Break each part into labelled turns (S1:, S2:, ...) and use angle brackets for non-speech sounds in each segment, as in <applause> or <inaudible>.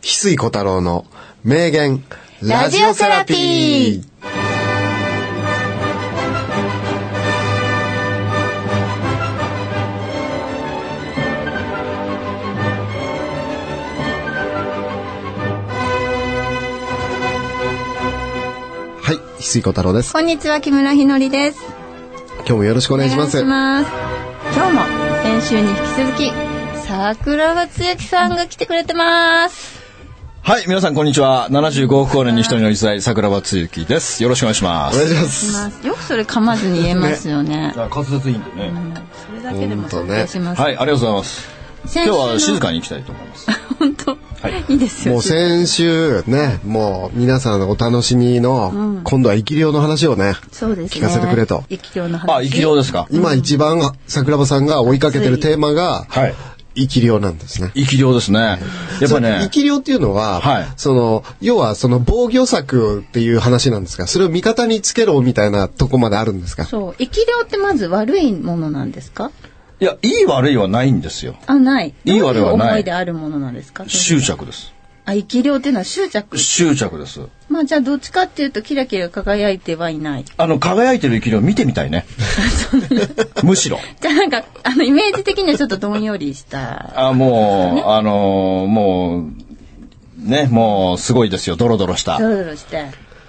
S1: 筒井小太郎の名言、ラジオセラピー。はい、筒井小太郎です。
S2: こんにちは、木村ひのりです。
S1: 今日もよろしくお願いします。
S2: お願いします今日も先週に引き続き、桜庭つゆきさんが来てくれてます。
S3: はい、皆さんこんにちは。75億光年に一人の逸材、桜庭つゆきです。よろしくお願いしま
S1: お願いし
S3: す。
S1: ます。
S2: よくそれ噛まずに言えますよね。
S3: 滑舌いいんでね。
S2: それだけで
S1: ほ
S2: も
S1: んと
S2: 尊
S1: ね
S2: 敬します。
S3: はい、ありがとうございます。
S2: 先
S3: 今
S2: 週
S3: 日
S2: の
S3: は静かに行きたいと思います。
S2: 本当、
S3: はい
S2: い、いですよ。
S1: もう先週ね、もう皆さんのお楽しみの、今度は生き量の話をね、
S2: そうです
S1: 聞
S2: ね。
S1: かせてくれと
S2: 生き量の話。
S3: あ、生き量ですか。
S1: 今一番桜庭さんが追いかけてるテーマが、
S3: はい。
S1: 生き量なんですね。
S3: 生き量ですね。やっぱ
S1: その生
S3: ね、
S1: き量っていうのは、
S3: はい
S1: その、要はその防御策っていう話なんですが、それを味方につけろみたいなとこまであるんですか
S2: そう。生き量ってまず悪いものなんですか
S3: いや、いい悪いはないんですよ。
S2: あ、ない。
S3: いい悪い
S2: ど
S3: はない
S2: うう思いであるものなんですか
S3: 執着です。
S2: あ、生き量っていうのは執着。
S3: 執着です。
S2: まあじゃあどっちかっていうとキラキラ輝いてはいない。
S3: あの、輝いてる生き量見てみたいね。むしろ。
S2: じゃあなんか、あの、イメージ的にはちょっとどんよりした。
S3: あ、もう、あのーもう、ね、もう、すごいですよ。ドロドロした
S2: ド。ロドロして。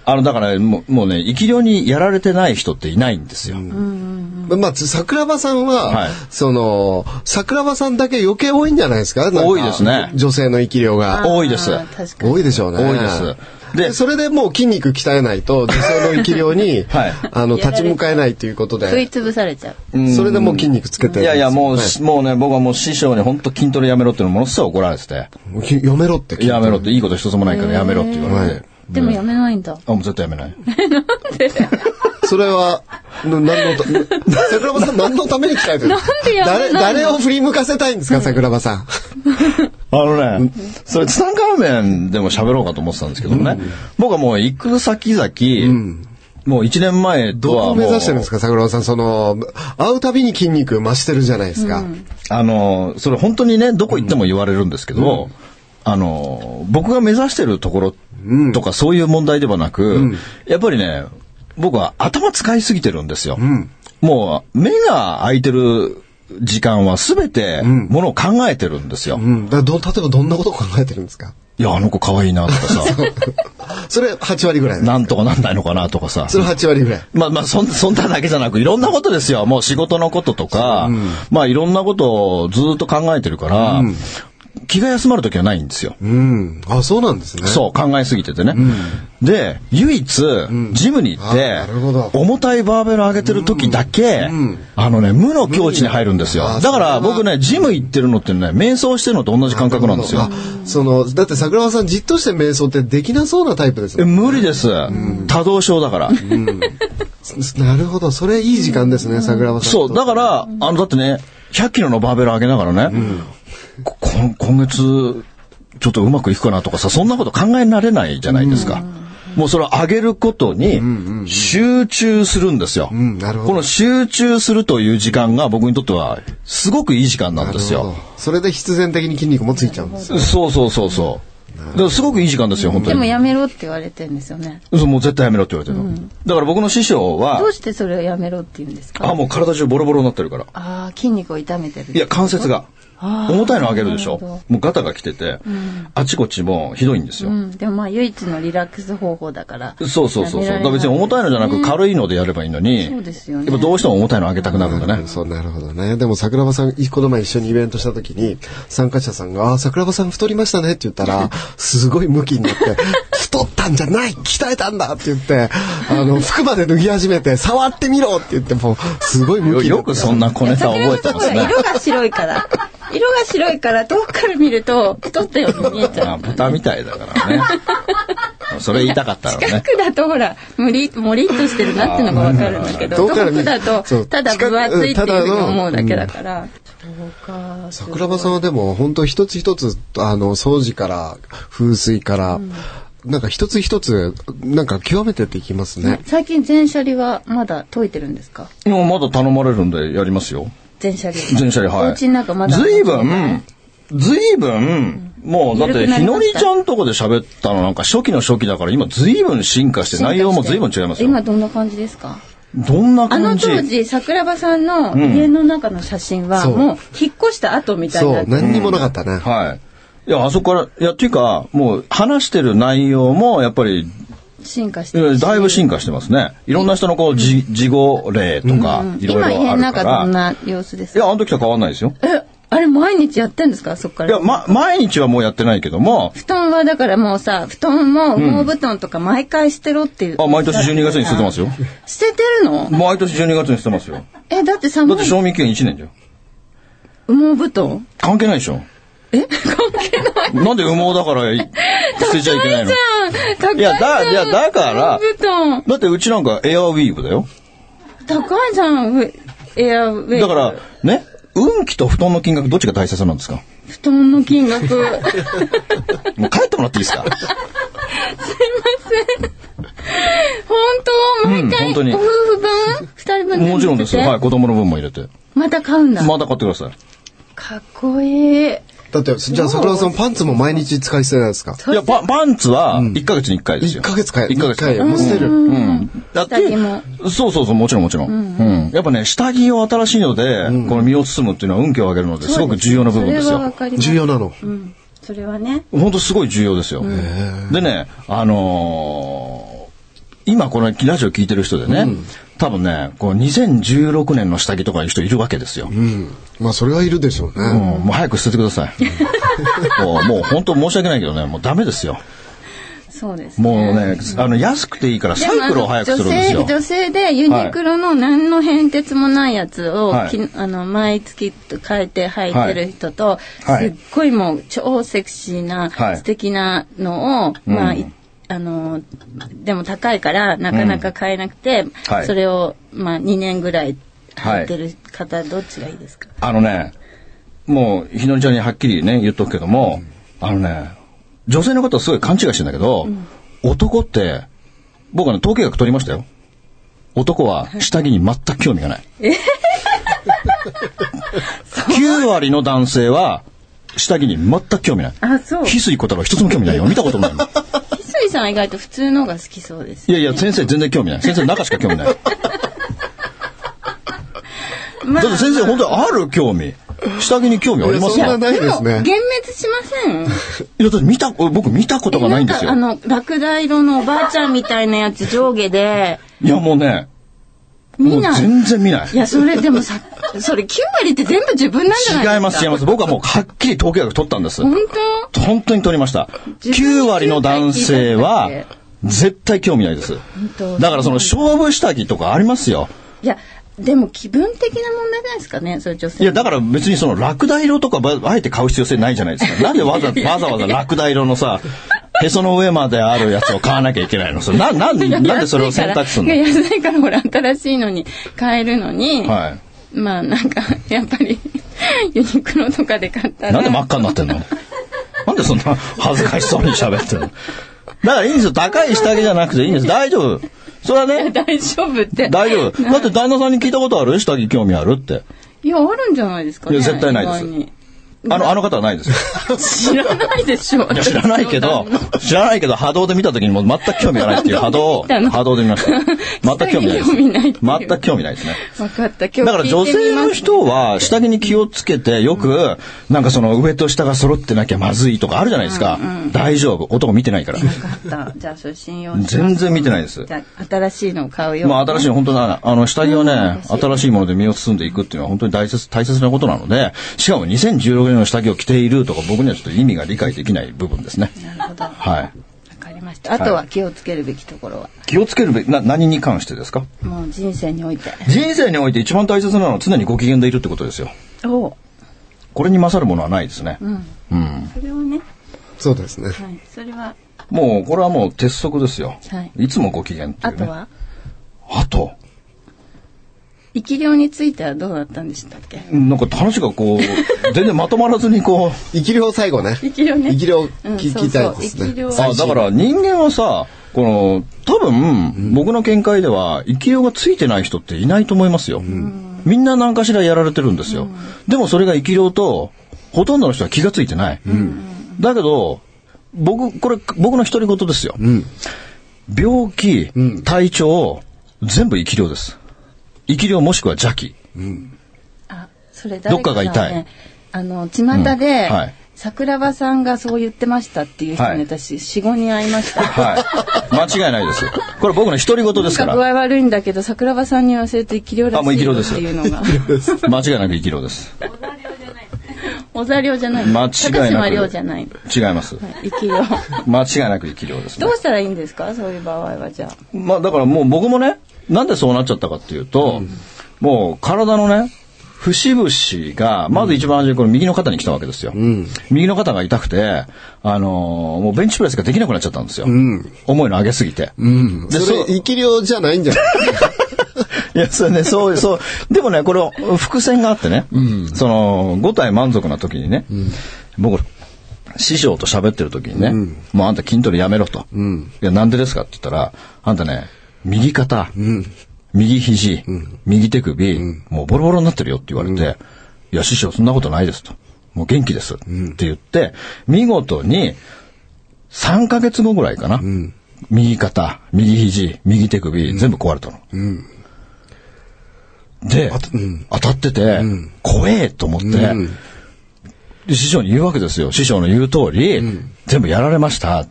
S3: あの、だから、もうもうね、生き量にやられてない人っていないんですよ。
S1: まあ、桜庭さんは、
S3: はい
S1: その、桜庭さんだけ余計多いんじゃないですかなんか
S3: 多いですね
S1: 女性の生き量が。
S3: 多いです
S2: あー確かに。
S1: 多いでしょうね。
S3: 多いですで
S1: それでもう筋肉鍛えないと、女性の生き量に、
S3: <laughs> はい
S1: あの、立ち向かえないということ
S2: 食い
S1: で、
S2: 潰されちゃう。
S1: それでもう筋肉つけてるんです
S3: い
S1: よ
S3: やいや、もう、
S1: はい
S3: もうね、僕はもう師匠に本当筋トレやめろっていうのものすごい怒られてて、
S1: もうやめろって聞いて
S3: やめろって、いいこと一つもないからやめろって言われて。
S2: でもやめないんだ。
S3: あ、もう絶対やめない。
S1: それは、な何の
S3: <laughs>
S1: た、桜庭さん何のために鍛えてるんですか
S2: なんでやめない
S1: 誰、
S2: の
S1: 誰を振り向かせたいんですか、桜庭さん。
S3: <laughs> あのね、それツタンカーメンでも喋ろうかと思ってたんですけどもね、僕はもう行く先々、もう一年前
S1: ど
S3: と
S1: こ
S3: はも
S1: を
S3: う、
S1: 目指してるんですか、桜庭さん。その、会うたびに筋肉増してるじゃないですか。
S3: あの、それ本当にね、どこ行っても言われるんですけど、あの、僕が目指してるところとかそういう問題ではなく、やっぱりね、僕は頭使いすぎてるんですよ。もう、目が開いてる時間は全て、ものを考えてるんですよ。
S1: うん。だからど、例えばどんなことを考えてるんですか
S3: いや、あの子可愛いなとか <laughs> さ、
S1: それ8割ぐらいです。
S3: なんとかなんないのかなとかさ。
S1: それ8割ぐらい。
S3: まあまあ、そん、そんなだけじゃなく、いろんなことですよ。もう仕事のこととか、まあいろんなことをずっと考えてるから、気が休まるときはないんですよ。
S1: うん。あ、そうなんですね。
S3: そう、考えすぎててね。で、唯一、ジムに行っ
S1: あ
S3: て
S1: なるほど、
S3: 重たいバーベル上げてる時だけ、あのね、無の境地に入るんです
S1: 無
S3: よ。
S1: に
S3: だから
S1: あそれは
S3: 僕ね、ジム行ってるのってね、瞑想してるのと同じ感覚なんですよ
S1: あ。その、だって桜庭さんじっとして瞑想ってできなそうなタイプです
S3: え
S1: ね。
S3: 無理です。多動症だから。
S1: なるほど。それいい時間ですね、桜庭さん。
S3: そう、だから、あの、だってね、100キロのバーベル上げながらね、ここん今月、ちょっとうまくいくかなとかさ、そんなこと考えられないじゃないですか。もうそれを上げることに集中するんですよ。
S1: んなるほど
S3: この集中するという時間が僕にとってはすごくいい時間なんです
S1: なるほ
S3: よ
S1: ど。。それで必然的に筋肉もついちゃうんですよ。
S3: そうそうそうそう。だからすごくいい時間ですよ、本当
S2: でも
S3: に。
S2: やめろって言われてるんですよね。
S3: そうもう絶対やめろって言われてるの、だから僕の師匠は
S2: ど、うしてそれをやめろって言うんです
S3: あ、
S2: か
S3: もう体中ボロボロになってるから。
S2: ああ、筋肉を痛めてる。
S3: いや、関節が。
S2: あー
S3: 重たいの上げるでしょ
S2: なるほ。
S3: もうガタが来てて、あちこちもうひどいんです
S2: う
S3: よ。
S2: ん。でもまあ唯一のリラックス方法だから。
S3: そうそうそうそう。
S2: やめら
S3: だ
S2: れ
S3: から別に重たいのじゃなく
S2: ね
S3: 軽いのでやればいいのに、
S2: そうですよね
S3: やっぱどうしても重たいの上げたくなるんだ
S1: うん
S3: ね。
S1: そう、なるほどね。でも桜庭さん、この前一緒にイベントした時に、参加者さんが、あ、桜庭さん太りましたねって言った
S3: <laughs>
S1: ら、すごいムキになって、太ったんじゃない鍛えたんだって言って、あの、服まで脱ぎ始めて、触ってみろって言って、もう、すごいム
S3: よ
S1: キになっ
S3: よ
S1: て
S3: くそんな小ネタ覚えてますね。
S2: 色が白いから。色が白いから遠くから見ると太ったように見えちゃ
S3: あ
S2: う。
S3: 豚みたいだか
S2: <laughs>
S3: らね。それ言いたかったの
S2: 近
S3: ね。
S2: くだとほら、もり、もりっとしてるなってのがわかるんだけど、
S1: あー
S2: 遠くだ
S1: そ
S2: と、
S1: う
S2: ただ分厚いっていうふうに思うだけだから。
S1: 桜庭さんはでも本当一つ一つあの掃除から風水から、なんか一つ一つなんか極めてっていきますね。
S2: 最近全車輪はまだ解いてるんですか
S3: もうまだ頼まれるんでやりますよ。
S2: 全車輪。
S3: 全車両、はい。
S2: お家の中まだ。
S3: 随分、ずいぶん、もうだっ
S2: 緩
S3: て
S2: くな
S3: ひ
S2: りま
S3: の
S2: した
S3: りちゃんとこで喋ったのなんか初期の初期だから今ずいぶん進化して内容もずいぶん違いますよ
S2: 今。どんな感じですか
S3: どんな
S2: あの
S3: 感じ
S2: 当時、桜庭さんの家の中の写真は、
S1: そう
S2: もう引っ越した後みたいに
S1: そ
S2: なっ
S1: う、
S2: てて
S1: 何にもなかったね。
S3: はい。いや、あそこから、いや、っていうか、もう話してる内容も、やっぱり、
S2: 進化して
S3: え
S2: る
S3: ー
S2: し
S3: だいぶ進化してますね。いろんな人のこう、じ、事後例とか、いろいろ
S2: 今家
S3: あるから。
S2: の中どんな様子です
S3: い
S2: か
S3: や、あの時と変わんないですよ。
S2: え、あれ毎日やってんですかそっか
S3: いや、
S2: ら。
S3: ま、毎日はもうやってないけども、
S2: 布団はだからもうさ、布団も羽毛布団とか毎回捨てろっていう。
S3: あ、毎年12月に捨ててますよ。
S2: 捨ててるの
S3: 毎年12月に捨てますよ。
S2: え、だって
S3: だ
S2: 寒
S3: っ
S2: い
S3: て賞味期限1年じゃん。
S2: 羽毛布団
S3: 関係ないでしょ。
S2: え関係ない
S3: なんで羽毛だからい捨てちゃいけないの
S2: じゃん高い
S3: い
S2: じゃ
S3: や、
S2: ん
S3: だ、いや、だか
S2: 羽
S3: ら
S2: 毛、布団
S3: だってうちなんかエアウィーヴだよ。
S2: 高いじゃんうエアウェイ
S3: だから、ね、運気と布団の金額どっちが大切なんですか
S2: 布団の金
S3: <laughs>
S2: 額すいま
S3: もう帰ってもらって
S2: <laughs>
S3: いいですか
S2: せん本当毎
S3: う
S2: 回、
S3: ん本当に
S2: ご夫婦分二人分
S3: もちろんですよ。はいい、子供の分も入れて。
S2: また買うんだ、
S3: また買ってください。
S2: かっこいい
S1: だって、じゃあ桜田さんパンツも毎日使い捨てないですか
S3: いや、パパンツは、1ヶ月に1回です
S1: 1
S3: よ。
S1: ヶ月か
S3: 1ヶ月
S1: 回もう捨てる。
S3: うん。だって
S2: 下着も、
S3: そうそうそう、もちろんもちろん。うん。やっぱね、下着を新しいので、この身を包むっていうのは運気を上げるので、すごく重要な部分です
S2: それはわ
S3: よ。
S2: かります
S1: 重要なの。
S2: うんそれはね
S3: 本当すごい重要ですよ。でね、あのー今このラジオ聞いてる人でね、多分ね、こう2016年の下着とかいう人いるわけですよ。
S1: うん。まあ、それはいるでしょうね。
S3: もう早く捨ててくだ <laughs> さい。もうもう本当申し訳ないけどね、もうダメですよ。
S2: そうです
S3: もうね、あの、安くていいから
S2: で
S3: サ
S2: も
S3: イクルを早くするんですよ
S2: 女。性女性でユニクロの何の変哲もないやつを、
S3: はい
S2: きあの毎月変えて履いてる人と、
S3: はい
S2: すっごいもう超セクシーな、
S3: はい
S2: 素敵なのを、まあ、いあのでも高いからなかなか買えなくて、
S3: はい
S2: それを、まあ、2年ぐらい履いてる方、どっちがいいですか
S3: あのね、もう、ひのりちゃんにはっきりね、言っとくけども、あのね、女性の方はすごい勘違いしてんだけど、男って、僕はね、統計学取りましたよ。男は下着に全く興味がない。9割の男性は、下着に全く興味ない。
S2: あそう翡
S3: 翡翠小太郎一つも興味ないよ。見たこともないもん。
S2: 翠さんは意外と普通のが好きそうです
S3: いやいや、先生全然興味ない。先生中しか興味ない。だって
S2: まあ
S3: 先生本当にある興味。下着に興味あります
S1: いやそん
S3: か
S1: なないです
S2: でも
S1: ね
S2: 幻。滅しません
S3: いや、だって見た、僕見たことがないんですよ。
S2: なんかあの、ラクダ色のおばあちゃんみたいなやつ上下で、
S3: いや、もうね、も
S2: 見
S3: う
S2: ない。
S3: 全然見ない。
S2: いや、それでもさ、それ9割って全部自分なんじゃないですか
S3: 違います、違います。僕はもうはっきり統計学取ったんです。
S2: 本
S3: 本当に取りました。
S2: 自分に
S3: 9割の男性は
S2: 聞いただ、
S3: 絶対興味ないです
S2: 当。
S3: だからその勝負下着とかありますよ。
S2: 当いや、でも気分的な問題じゃないですかね、それ女性。
S3: いや、だから別にそのラクダ色とかばあえて買う必要性ないじゃな
S2: <laughs>
S3: いですか。なんでわざわざわざラクダ色のさ、へその上まであるやつを買わなきゃいけないのそれな、な、なんでそれを選択する
S2: い
S3: の
S2: や安いからほら、新しいのに買えるのに、
S3: は
S2: まあなんか、やっぱり、ユニクロとかで買った
S3: い。
S2: ら。
S3: <laughs> なんで真っ赤になってんのなんでそんな恥ずかしそうに喋ってるのだからいいんですよ。高い下着じゃなくていいんです。大丈夫。それは
S2: <laughs>
S3: ね、
S2: 大丈夫って。
S3: 大丈夫。だって旦那さんに聞いたことある下着興味あるって。
S2: いや、あるんじゃないですかね。
S3: いや絶対ないです
S2: 意外に
S3: あの、あの方はないですよ。
S2: 知らないでしょ。
S3: いや知らない
S2: <laughs>
S3: けど、知らないけど波動で見た時にもう全く興味がないっていう波動を、
S2: 波動で見たの
S3: 波動で見ました。
S2: <laughs>
S3: 全く興味ないです。
S2: 興味ないっていう
S3: 全く興味ないですね。
S2: 分かった。今日
S3: だから女性の人は下着に気をつけてよく、なんかその上と下が揃ってなきゃまずいとかあるじゃないですか。大丈夫。男見てないから。
S2: 分かった。じゃあ、それ信用します
S3: 全然見てないです。
S2: じゃあ、新しいのを買うよ。
S3: まあ新しいの本当にあの下着はね、新しいもので身を包んでいくっていうのは本当に大切、大切なことなので、しかも2016年の下着を着ているとか僕にはちょっと意味が理解できない部分ですね。
S2: なるほど。わ
S3: はい。
S2: かりました。あとは気をつけるべきところは、
S3: 気をつけるべき、な、何に関してですか
S2: もう人生において。
S3: 人生において一番大切なのは常にご機嫌でいるってことですよ。
S2: おう
S3: これに勝るものはないですね。
S2: うん。
S3: うん。
S2: それをね、
S1: そうですね。
S2: はい。それは、
S3: もう、これはもう鉄則ですよ。
S2: はい
S3: いつもご機嫌ってい
S2: あ
S3: うね。
S2: とは、
S3: あと
S2: 生き量についてはどうだったんでしたっけ
S3: なんか話がこう、全然まとまらずにこう、
S1: 生き量最後ね。
S2: 生き量ね。
S1: 生き量
S2: うん
S1: 聞きたいです
S2: そうそう生き
S1: ね
S2: 量。
S1: 最
S3: あ
S1: 新
S3: だから人間はさこの多分僕の見解では生きようがついてない人っていないと思いますよ、みんな何かしらやられてるんですよ、でもそれが生きようとほとんどの人は気がついてない。だけど、僕、これ、僕の独り言ですよ。病気、体調、全部生き量です。生き量もしくは邪気。
S2: あ、それ誰か,、ね、
S3: どっかが痛い。
S2: あの、巷で、
S3: うんはい
S2: 桜庭さんがそう言ってましたっていう人に、
S3: はい
S2: 私、4、5人会いました。
S3: はい。間違いないです。こ <laughs> れ僕の独り言 <laughs> ですか
S2: なん具
S3: ら。
S2: 合悪いんだけど、桜庭さんに言わせると生き量らしい
S3: あもう生き量です
S2: っていうのが。
S3: 間違いなく生き量です。
S2: 小沢亮じゃない。
S3: 間違
S2: 高
S3: いな
S2: 島
S3: く。
S2: 亮じゃない。
S3: 違います。
S2: はい、生き量。
S3: 間違いなく生き量ですね
S2: どうしたらいいんですかそういう場合はじゃあ。
S3: まあだからもう僕もね、なんでそうなっちゃったかっていうと、もう体のね、節々が、まず一番初めにこの右の肩に来たわけですよ。右の肩が痛くて、あのーもうベンチプレスができなくなっちゃったんですよ。重いの上げすぎて。
S1: うん。
S3: で
S1: そ
S3: そう
S1: れ、生き量じゃないんじゃない
S3: いや、そうね、そう、そう。でもね、これ、伏線があってね、その、五体満足な時にね、僕、師匠と喋ってる時にね、もうあんた筋トレやめろと。いや、なんでですかって言ったら、あんたね、右肩、右肘、右手首、もうボロボロになってるよって言われて、いや、師匠そんなことないですと。もう元気です。って言って、見事に、3ヶ月後ぐらいかな。右肩、右肘、右手首、全部壊れたの。で、当たってて、怖えと思って、で師匠に言うわけですよ。師匠の言う通り、全部やられま <laughs> した。っ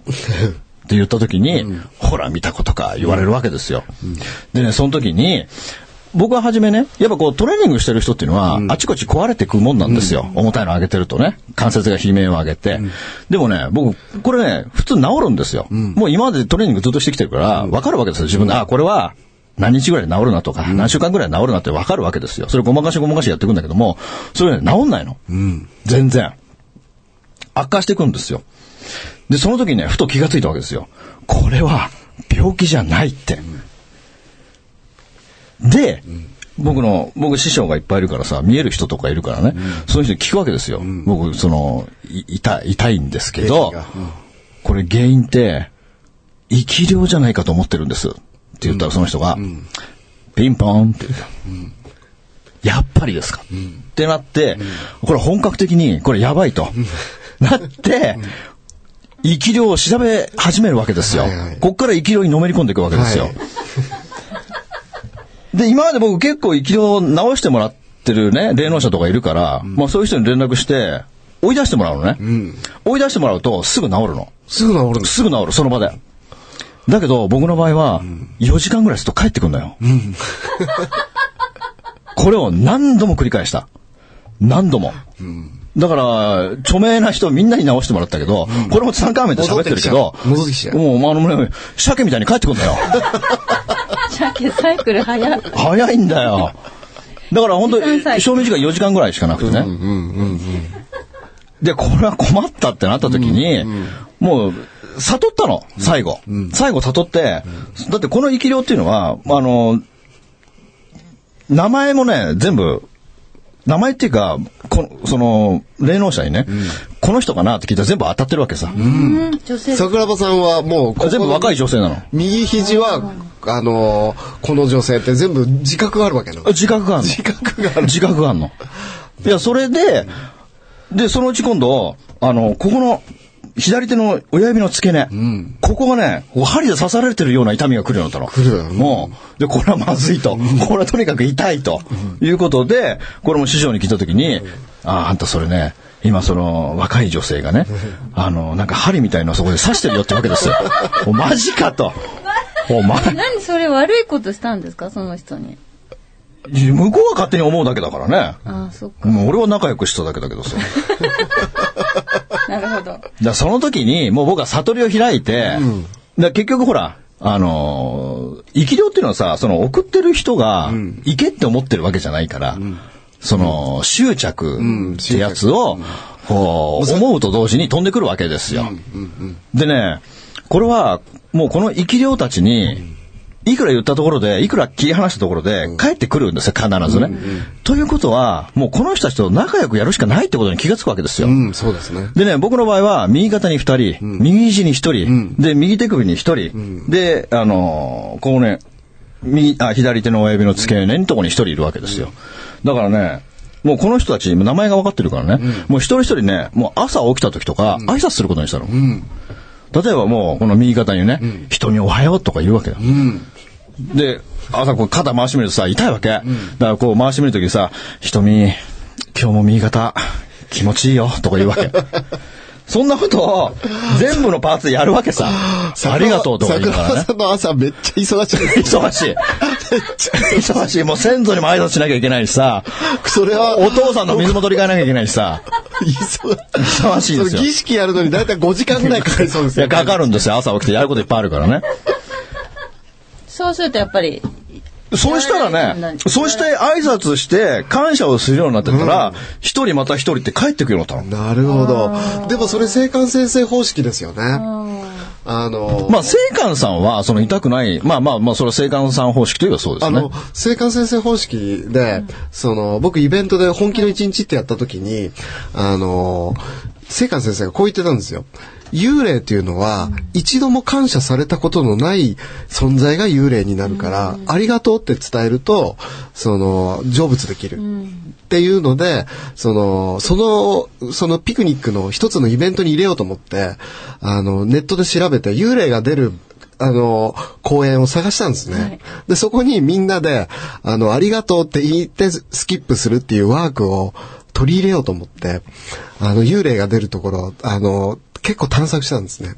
S3: て言った時に、ほら見たことか言われるわけですよ。でね、その時に、僕は初めね、やっぱこうトレーニングしてる人っていうのは、あちこち壊れてくもんなんですよ。重たいの上げてるとね、関節が悲鳴を上げて。でもね、僕、これね、普通治るんですよ。もう今までトレーニングずっとしてきてるから、わかるわけですよ。自分で、あ、これは何日ぐらいで治るなとか、何週間ぐらいで治るなって分かるわけですよ。それごまかしごまかしやっていくんだけども、それね、治んないの。全然。悪化していくんですよ。で、その時ね、ふと気がついたわけですよ。これは病気じゃないって。で、僕の、僕師匠がいっぱいいるからさ、見える人とかいるからね、その人に聞くわけですよ。僕、その、い痛い、痛いんですけ
S1: 原
S3: ど、
S1: 因が
S3: これ原因って、生き量じゃないかと思ってるんです。って言ったらその人が、ピンポーンって言った。やっぱりですか、ってなって、これ本格的に、これやばいと、なって、生き量を調べ始めるわけですよ。
S1: はいはい
S3: こっから生き量にのめり込んでいくわけですよ。
S1: はい
S3: で、今まで僕結構生き量を直してもらってるね、霊能者とかいるから、まあそういう人に連絡して、追い出してもらうのね。追い出してもらうとすぐ治るの。
S1: すぐ治るんです。
S3: すぐ治る、その場で。だけど、僕の場合は、4時間ぐらいすると帰ってくるのよ。これを何度も繰り返した。何度も。だから、著名な人みんなに直してもらったけど、これもツタンカーメンと喋ってるけど、
S1: 戻ってきちゃう戻ってきちゃう
S3: もう、あの、鮭みたいに帰ってくるんだよ。
S2: 鮭サイクル早い。
S3: 早いんだよ。だから本当
S2: 時間差
S3: に、賞味時間4時間ぐらいしかなくてね。で、これは困ったってなった時に、もう、悟ったの、最後。最後悟って、だってこの生き量っていうのは、あの、名前もね、全部、名前っていうか、この、その、霊能者にね、この人かなって聞いたら全部当たってるわけさ。
S2: うん、女性。
S1: 桜庭さんはもうここの、
S3: 全部若い女性なの。
S1: 右肘は、あのーこの女性って全部自覚があるわけなの。
S3: 自覚があるの。自覚がある。自覚があるの。いや、それで、で、そのうち今度、あの、ここの、左手の親指の付け根、ここがね、こう針で刺されてるような痛みが来るようになったの。
S1: 来るよね
S3: もう、で、これはまずいと。これはとにかく痛いと。いうことで、これも師匠に聞いたときに、ああ、あんたそれね、今その若い女性がね、あの、なんか針みたいなのそこで刺してるよってわけ <laughs> ですよ。おマジかと。お前、
S2: 何それ悪いことしたんですかその人に。
S3: 向こうは勝手に思うだけだからね。
S2: ああ、そっか。
S3: もう俺は仲良くしただけだけどさ。だか
S2: なるほど。
S3: らその時に、もう僕は悟りを開いて、だから結局ほら、あのー生き量っていうのはさ、その送ってる人が、行けって思ってるわけじゃないから、その、執着ってやつを、こう、思うと同時に飛んでくるわけですよ。でね、これは、もうこの生き量たちに、いくら言ったところで、いくら切り離したところで、帰ってくるんですよ、必ずね。ということは、もうこの人たちと仲良くやるしかないってことに気がつくわけですよ。
S1: うん、そうですね。
S3: でね、僕の場合は、右肩に二人、右肘に一人、で、右手首に一人、で、あのーこうね、右、あ、左手の親指の付け根のとこに一人いるわけですよ。だからね、もうこの人たち、名前が分かってるからね、もう一人一人ね、もう朝起きた時とか、挨拶することにしたの。例えばもう、この右肩にね、人におはようとか言うわけだ。で、朝こう肩回してみるとさ、痛いわけ。だからこう回してみるときさ、瞳、今日も右肩、気持ちいいよ、とか言うわけ。
S1: <laughs>
S3: そんなことを全部のパーツでやる
S1: <laughs>
S3: わけさ。ありがとうとか言うか
S1: 桜
S3: ら
S1: 庭
S3: ね
S1: さ。んの朝めっちゃ忙しい。
S3: 忙しい。忙しい。もう先祖にも挨拶しなきゃいけないしさ。
S1: それは
S3: お父さんの水も取り替えなきゃいけないしさ。
S1: 忙
S3: 忙しいで
S1: <laughs>
S3: す
S1: その
S3: よ
S1: 儀式やるのに大体5時間ぐらいかかりそうです
S3: い
S1: よ
S3: や、
S1: ね。
S3: かかるんですよ。朝起きてやることいっぱいあるからね。
S2: そうするとやっぱり、 <laughs>
S3: そうしたらね、そうして挨拶して感謝をするようになってたら、一人また一人って帰ってくるようになったの。
S1: なるほど。でもそれ生還先生方式ですよね。あの、
S3: まあ、生官さんは、その痛くない、まあまあまあ、それは生官さん方式といえばそうで
S1: あ
S3: すね
S1: の。、生還先生方式で、その、僕イベントで本気の一日ってやった時に、あの、生還先生がこう言ってたんですよ。幽霊っていうのは、一度も感謝されたことのない存在が幽霊になるから、ありがとうって伝えると、その、成仏できる。っていうので、その、その、そのピクニックの一つのイベントに入れようと思って、あの、ネットで調べて、幽霊が出る、あの、公演を探したんですね。で、そこにみんなで、あの、ありがとうって言ってスキップするっていうワークを取り入れようと思って、あの、幽霊が出るところ、あの、結構探索したんですね。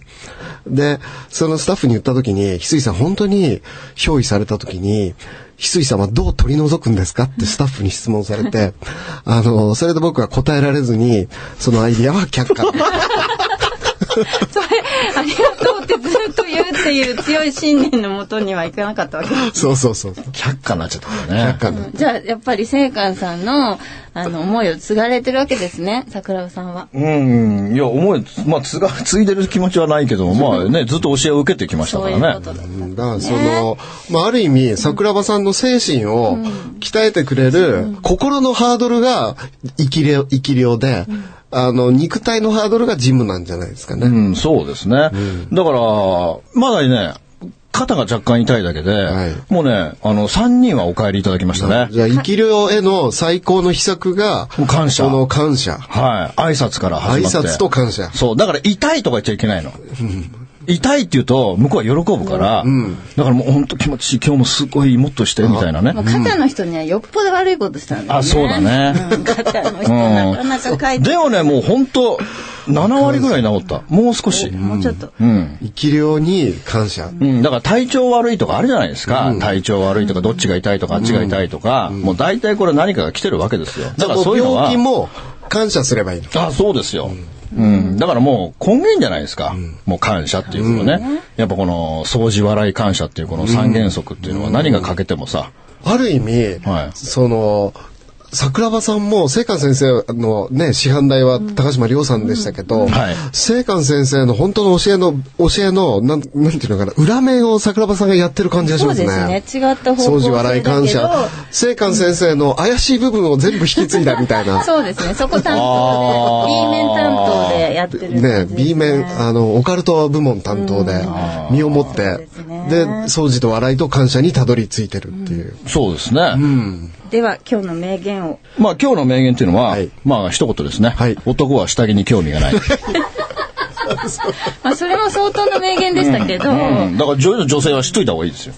S1: で、そのスタッフに言った時に、翡翠さん本当に憑依された時に、翡翠さんはどう取り除くんですかってスタッフに質問されて、あの、それで僕は答えられずに、そのアイディアは却下。
S2: それ、ありがとうってずっと言うっていう強い信念のもとにはいかなかったわけです。
S1: そうそうそう。
S3: 却下になっちゃったからね。
S1: 却下だ
S2: じゃあ、やっぱり聖寛さんの、あの、思いを継がれてるわけですね、桜庭さんは。
S3: うん、いや、思い、まあ、つが、ついでる気持ちはないけども、まあね、ずっと教えを受けてきました
S2: そ
S3: か
S2: うい
S3: ら
S2: う
S3: ね。
S2: ことだった。
S1: うんだからその、まあ、ある意味、桜庭さんの精神を鍛えてくれる、心のハードルが生き量、生き量で、あの、肉体のハードルがジムなんじゃないですかね。
S3: うん、そうですね。だから、まだね、肩が若干痛いだけで、
S1: はい
S3: もうね、あの、3人はお帰りいただきましたね。
S1: じゃあ、生き量への最高の秘策が、
S3: 感謝
S1: この感謝。
S3: はい。挨拶から
S1: 挨
S3: 始まって。
S1: 拶と感謝。
S3: そう。だから痛いとか言っちゃいけないの。痛いって言うと、向こうは喜ぶから、だからもう本当気持ちいい、今日もすごい、もっとして、みたいなね
S2: まあ、。肩の人にはよっぽど悪いことしたんだよね。
S3: あそうだね
S2: うん肩の人なかなか書いて、
S3: でもね、もう本当、7割ぐらい治った。もう少し。
S2: もうちょっと。
S3: うん。
S1: 生き量に感謝。
S3: うん、だから体調悪いとかあるじゃないですか。体調悪いとか、どっちが痛いとか、あっちが痛いとか、もう大体これ何かが来てるわけですよ。だからそういうのは。
S1: 病気も感謝すればいいの。
S3: あ、そうですよ。うん、だからもう根源じゃないですか、もう感謝っていうのね、やっぱこの掃除笑い感謝っていうこの三原則っていうのは何が欠けてもさ、
S1: ある意味、
S3: はい
S1: その、桜庭さんも、聖寛先生のね、師範代は高島亮さんでしたけど、
S3: はい
S1: 聖寛先生の本当の教えの、教えの、なん、なんていうのかな、裏面を桜庭さんがやってる感じがし
S2: そ
S1: ま
S2: う
S1: すね。
S2: ですね。違った方
S1: 掃
S2: 向性
S1: 除、
S2: だ
S1: 笑
S2: け
S1: い、感謝
S2: ど。
S1: 聖寛先生の怪しい部分を全部引き継いだみたいな。
S2: <laughs> そうですね。そこ担
S3: あ
S2: 当
S3: ー
S2: で、B 面担当でやってる感じ
S1: ね
S2: です、ね。
S1: B 面、あの、オカルト部門担当で、身をもっ
S2: そう
S1: て
S2: ですね、
S1: で、掃除と笑いと感謝にたどり着いてるっていう。
S3: そうですね、
S2: では、今日の名言を。
S3: まあ今日の名言っていうのは、
S1: はい
S3: まあ一言ですね、
S1: はい
S3: 男は下着に興味が <laughs> ない、
S2: まあ、それも相当の名言でしたけど、
S3: うん、だから女女性は知っといた方がいいですよ。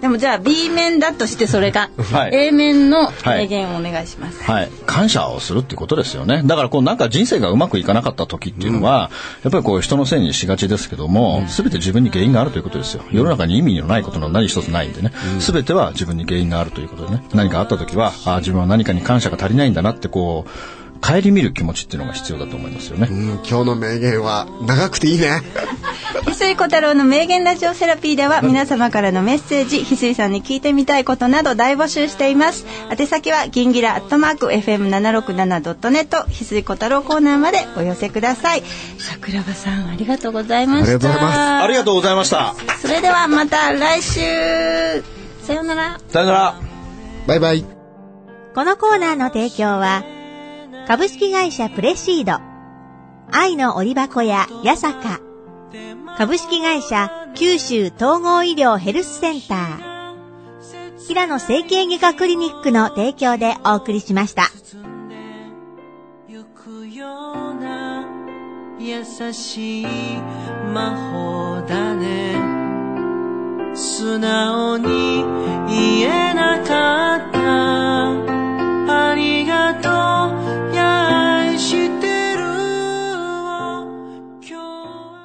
S2: でもじゃあ B 面だとしてそれが、
S3: はい
S2: A 面の名言をお願いします。
S3: はい、感謝をするってことですよね。だからこうなんか人生がうまくいかなかった時っていうのは、やっぱりこう人のせいにしがちですけども、すべて自分に原因があるということですよ。世の中に意味のないことの何一つないんでね、すべては自分に原因があるということでね、何かあった時は、ああ自分は何かに感謝が足りないんだなってこう、顧みる気持ちっていうのが必要だと思いますよね。
S1: うん、今日の名言は長くていいね。
S2: 翡翠小太郎の名言ラジオセラピーでは皆様からのメッセージ、翡翠さんに聞いてみたいことなど大募集しています。宛先はギンギラアットマーク FM767.net 翡翠小太郎コーナーまでお寄せください。桜庭さんありがとうございました。
S1: ありがとうございま
S3: ありがとうございました。
S2: す。それではまた来週さようなら。
S3: さよなら。
S1: バイバイ。
S4: このコーナーの提供は、株式会社プレシード、愛の折箱や八坂、株式会社九州統合医療ヘルスセンター、平野整形外科クリニックの提供でお送りしました。
S5: ゆくような優しい魔法だね素直に言えなかったありがとうや愛してるを今日は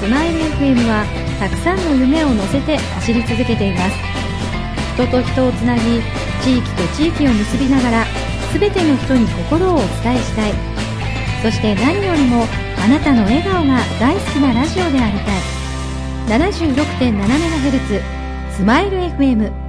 S6: スマイル FM はたくさんの夢を乗せて走り続けています人と人をつなぎ地域と地域を結びながら全ての人に心をお伝えしたいそして何よりもあなたの笑顔が大好きなラジオでありたい 76.7MHz スマイル FM